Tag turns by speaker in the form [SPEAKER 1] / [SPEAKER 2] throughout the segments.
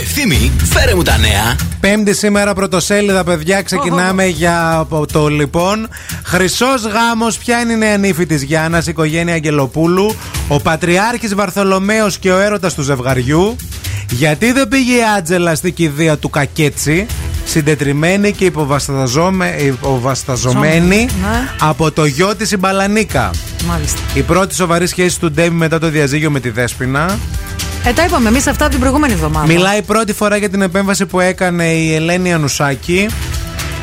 [SPEAKER 1] Ευθύμη, φέρε μου τα νέα.
[SPEAKER 2] Πέμπτη σήμερα πρωτοσέλιδα, παιδιά. Ξεκινάμε για το λοιπόν. Χρυσός γάμος, ποια είναι η νέα νύφη της Γιάννας, οικογένεια Αγγελοπούλου. Ο Πατριάρχης Βαρθολομαίο και ο έρωτας του ζευγαριού. Γιατί δεν πήγε η Άτζελα στην κηδεία του Κακέτσι συντετριμένη και υποβασταζομε... υποβασταζομένη
[SPEAKER 3] Ναι.
[SPEAKER 2] από το γιο της η Μπαλανίκα.
[SPEAKER 3] Μάλιστα.
[SPEAKER 2] Η πρώτη σοβαρή σχέση του Ντέμι μετά το διαζύγιο με τη Δέσποινα.
[SPEAKER 3] Ε, τα είπαμε εμείς αυτά την προηγούμενη εβδομάδα.
[SPEAKER 2] Μιλάει πρώτη φορά για την επέμβαση που έκανε η Ελένη Ανουσάκη.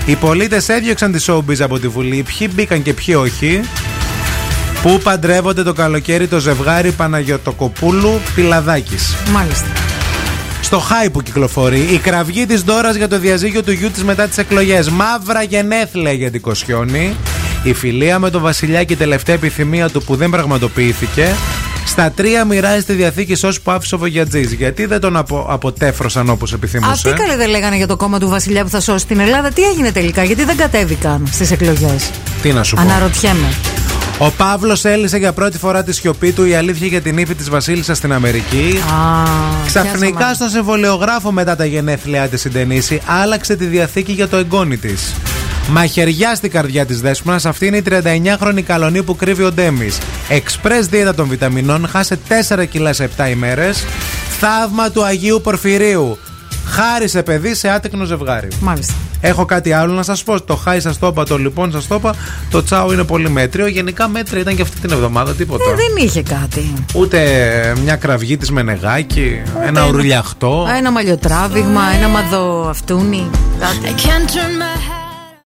[SPEAKER 2] Οι πολίτες έδιωξαν τη showbiz από τη Βουλή. Ποιοι μπήκαν και ποιοι όχι. Πού παντρεύονται το καλοκαίρι το ζευγάρι Παναγιωτοκοπούλου Πιλαδάκης.
[SPEAKER 3] Μάλιστα.
[SPEAKER 2] Στο high που κυκλοφορεί, η κραυγή της Ντόρας για το διαζύγιο του γιού της μετά τις εκλογές. Μαύρα γενέθλια για την Κοσιόνη. Η φιλία με τον Βασιλιά και η τελευταία επιθυμία του που δεν πραγματοποιήθηκε. Στα τρία μοιράζεται διαθήκη σως που άφησε ο Βογιατζή. Γιατί δεν τον απο, αποτέφρωσαν όπως επιθυμούσε.
[SPEAKER 3] Αυτοί καλέ δεν λέγανε για το κόμμα του Βασιλιά που θα σώσει την Ελλάδα. Τι έγινε τελικά, γιατί δεν κατέβηκαν στις εκλογές.
[SPEAKER 2] Τι να σου πω.
[SPEAKER 3] Αναρωτιέμαι.
[SPEAKER 2] Ο Παύλος έλυσε για πρώτη φορά τη σιωπή του η αλήθεια για την ύφη της Βασίλισσας στην Αμερική.
[SPEAKER 3] Α,
[SPEAKER 2] Ξαφνικά
[SPEAKER 3] πιάσαμε.
[SPEAKER 2] στον συμβολιογράφο μετά τα γενέθλιά της συντενήση άλλαξε τη διαθήκη για το εγγόνι της. Μαχαιριά στην καρδιά της Δέσποινα, αυτή είναι η 39χρονη καλονή που κρύβει ο Ντέμις. Εξπρές δίαιτα των βιταμινών, χάσε 4 κιλά σε 7 ημέρες. Θαύμα του Αγίου Πορφυρίου. Χάρη σε παιδί σε άτεκνο ζευγάρι.
[SPEAKER 3] Μάλιστα.
[SPEAKER 2] Έχω κάτι άλλο να σας πω. Το χάι σας το είπα, το λοιπόν σας το είπα. Το τσάου είναι πολύ μέτριο. Γενικά μέτρια ήταν και αυτή την εβδομάδα, τίποτα.
[SPEAKER 3] Ε, δεν είχε κάτι.
[SPEAKER 2] Ούτε μια κραυγή της με νεγάκι, ένα
[SPEAKER 3] ένα.
[SPEAKER 2] ουρλιαχτό.
[SPEAKER 3] Ένα μαλλιοτράβηγμα, ένα μαδοαυτούνι.
[SPEAKER 4] I can't turn my head.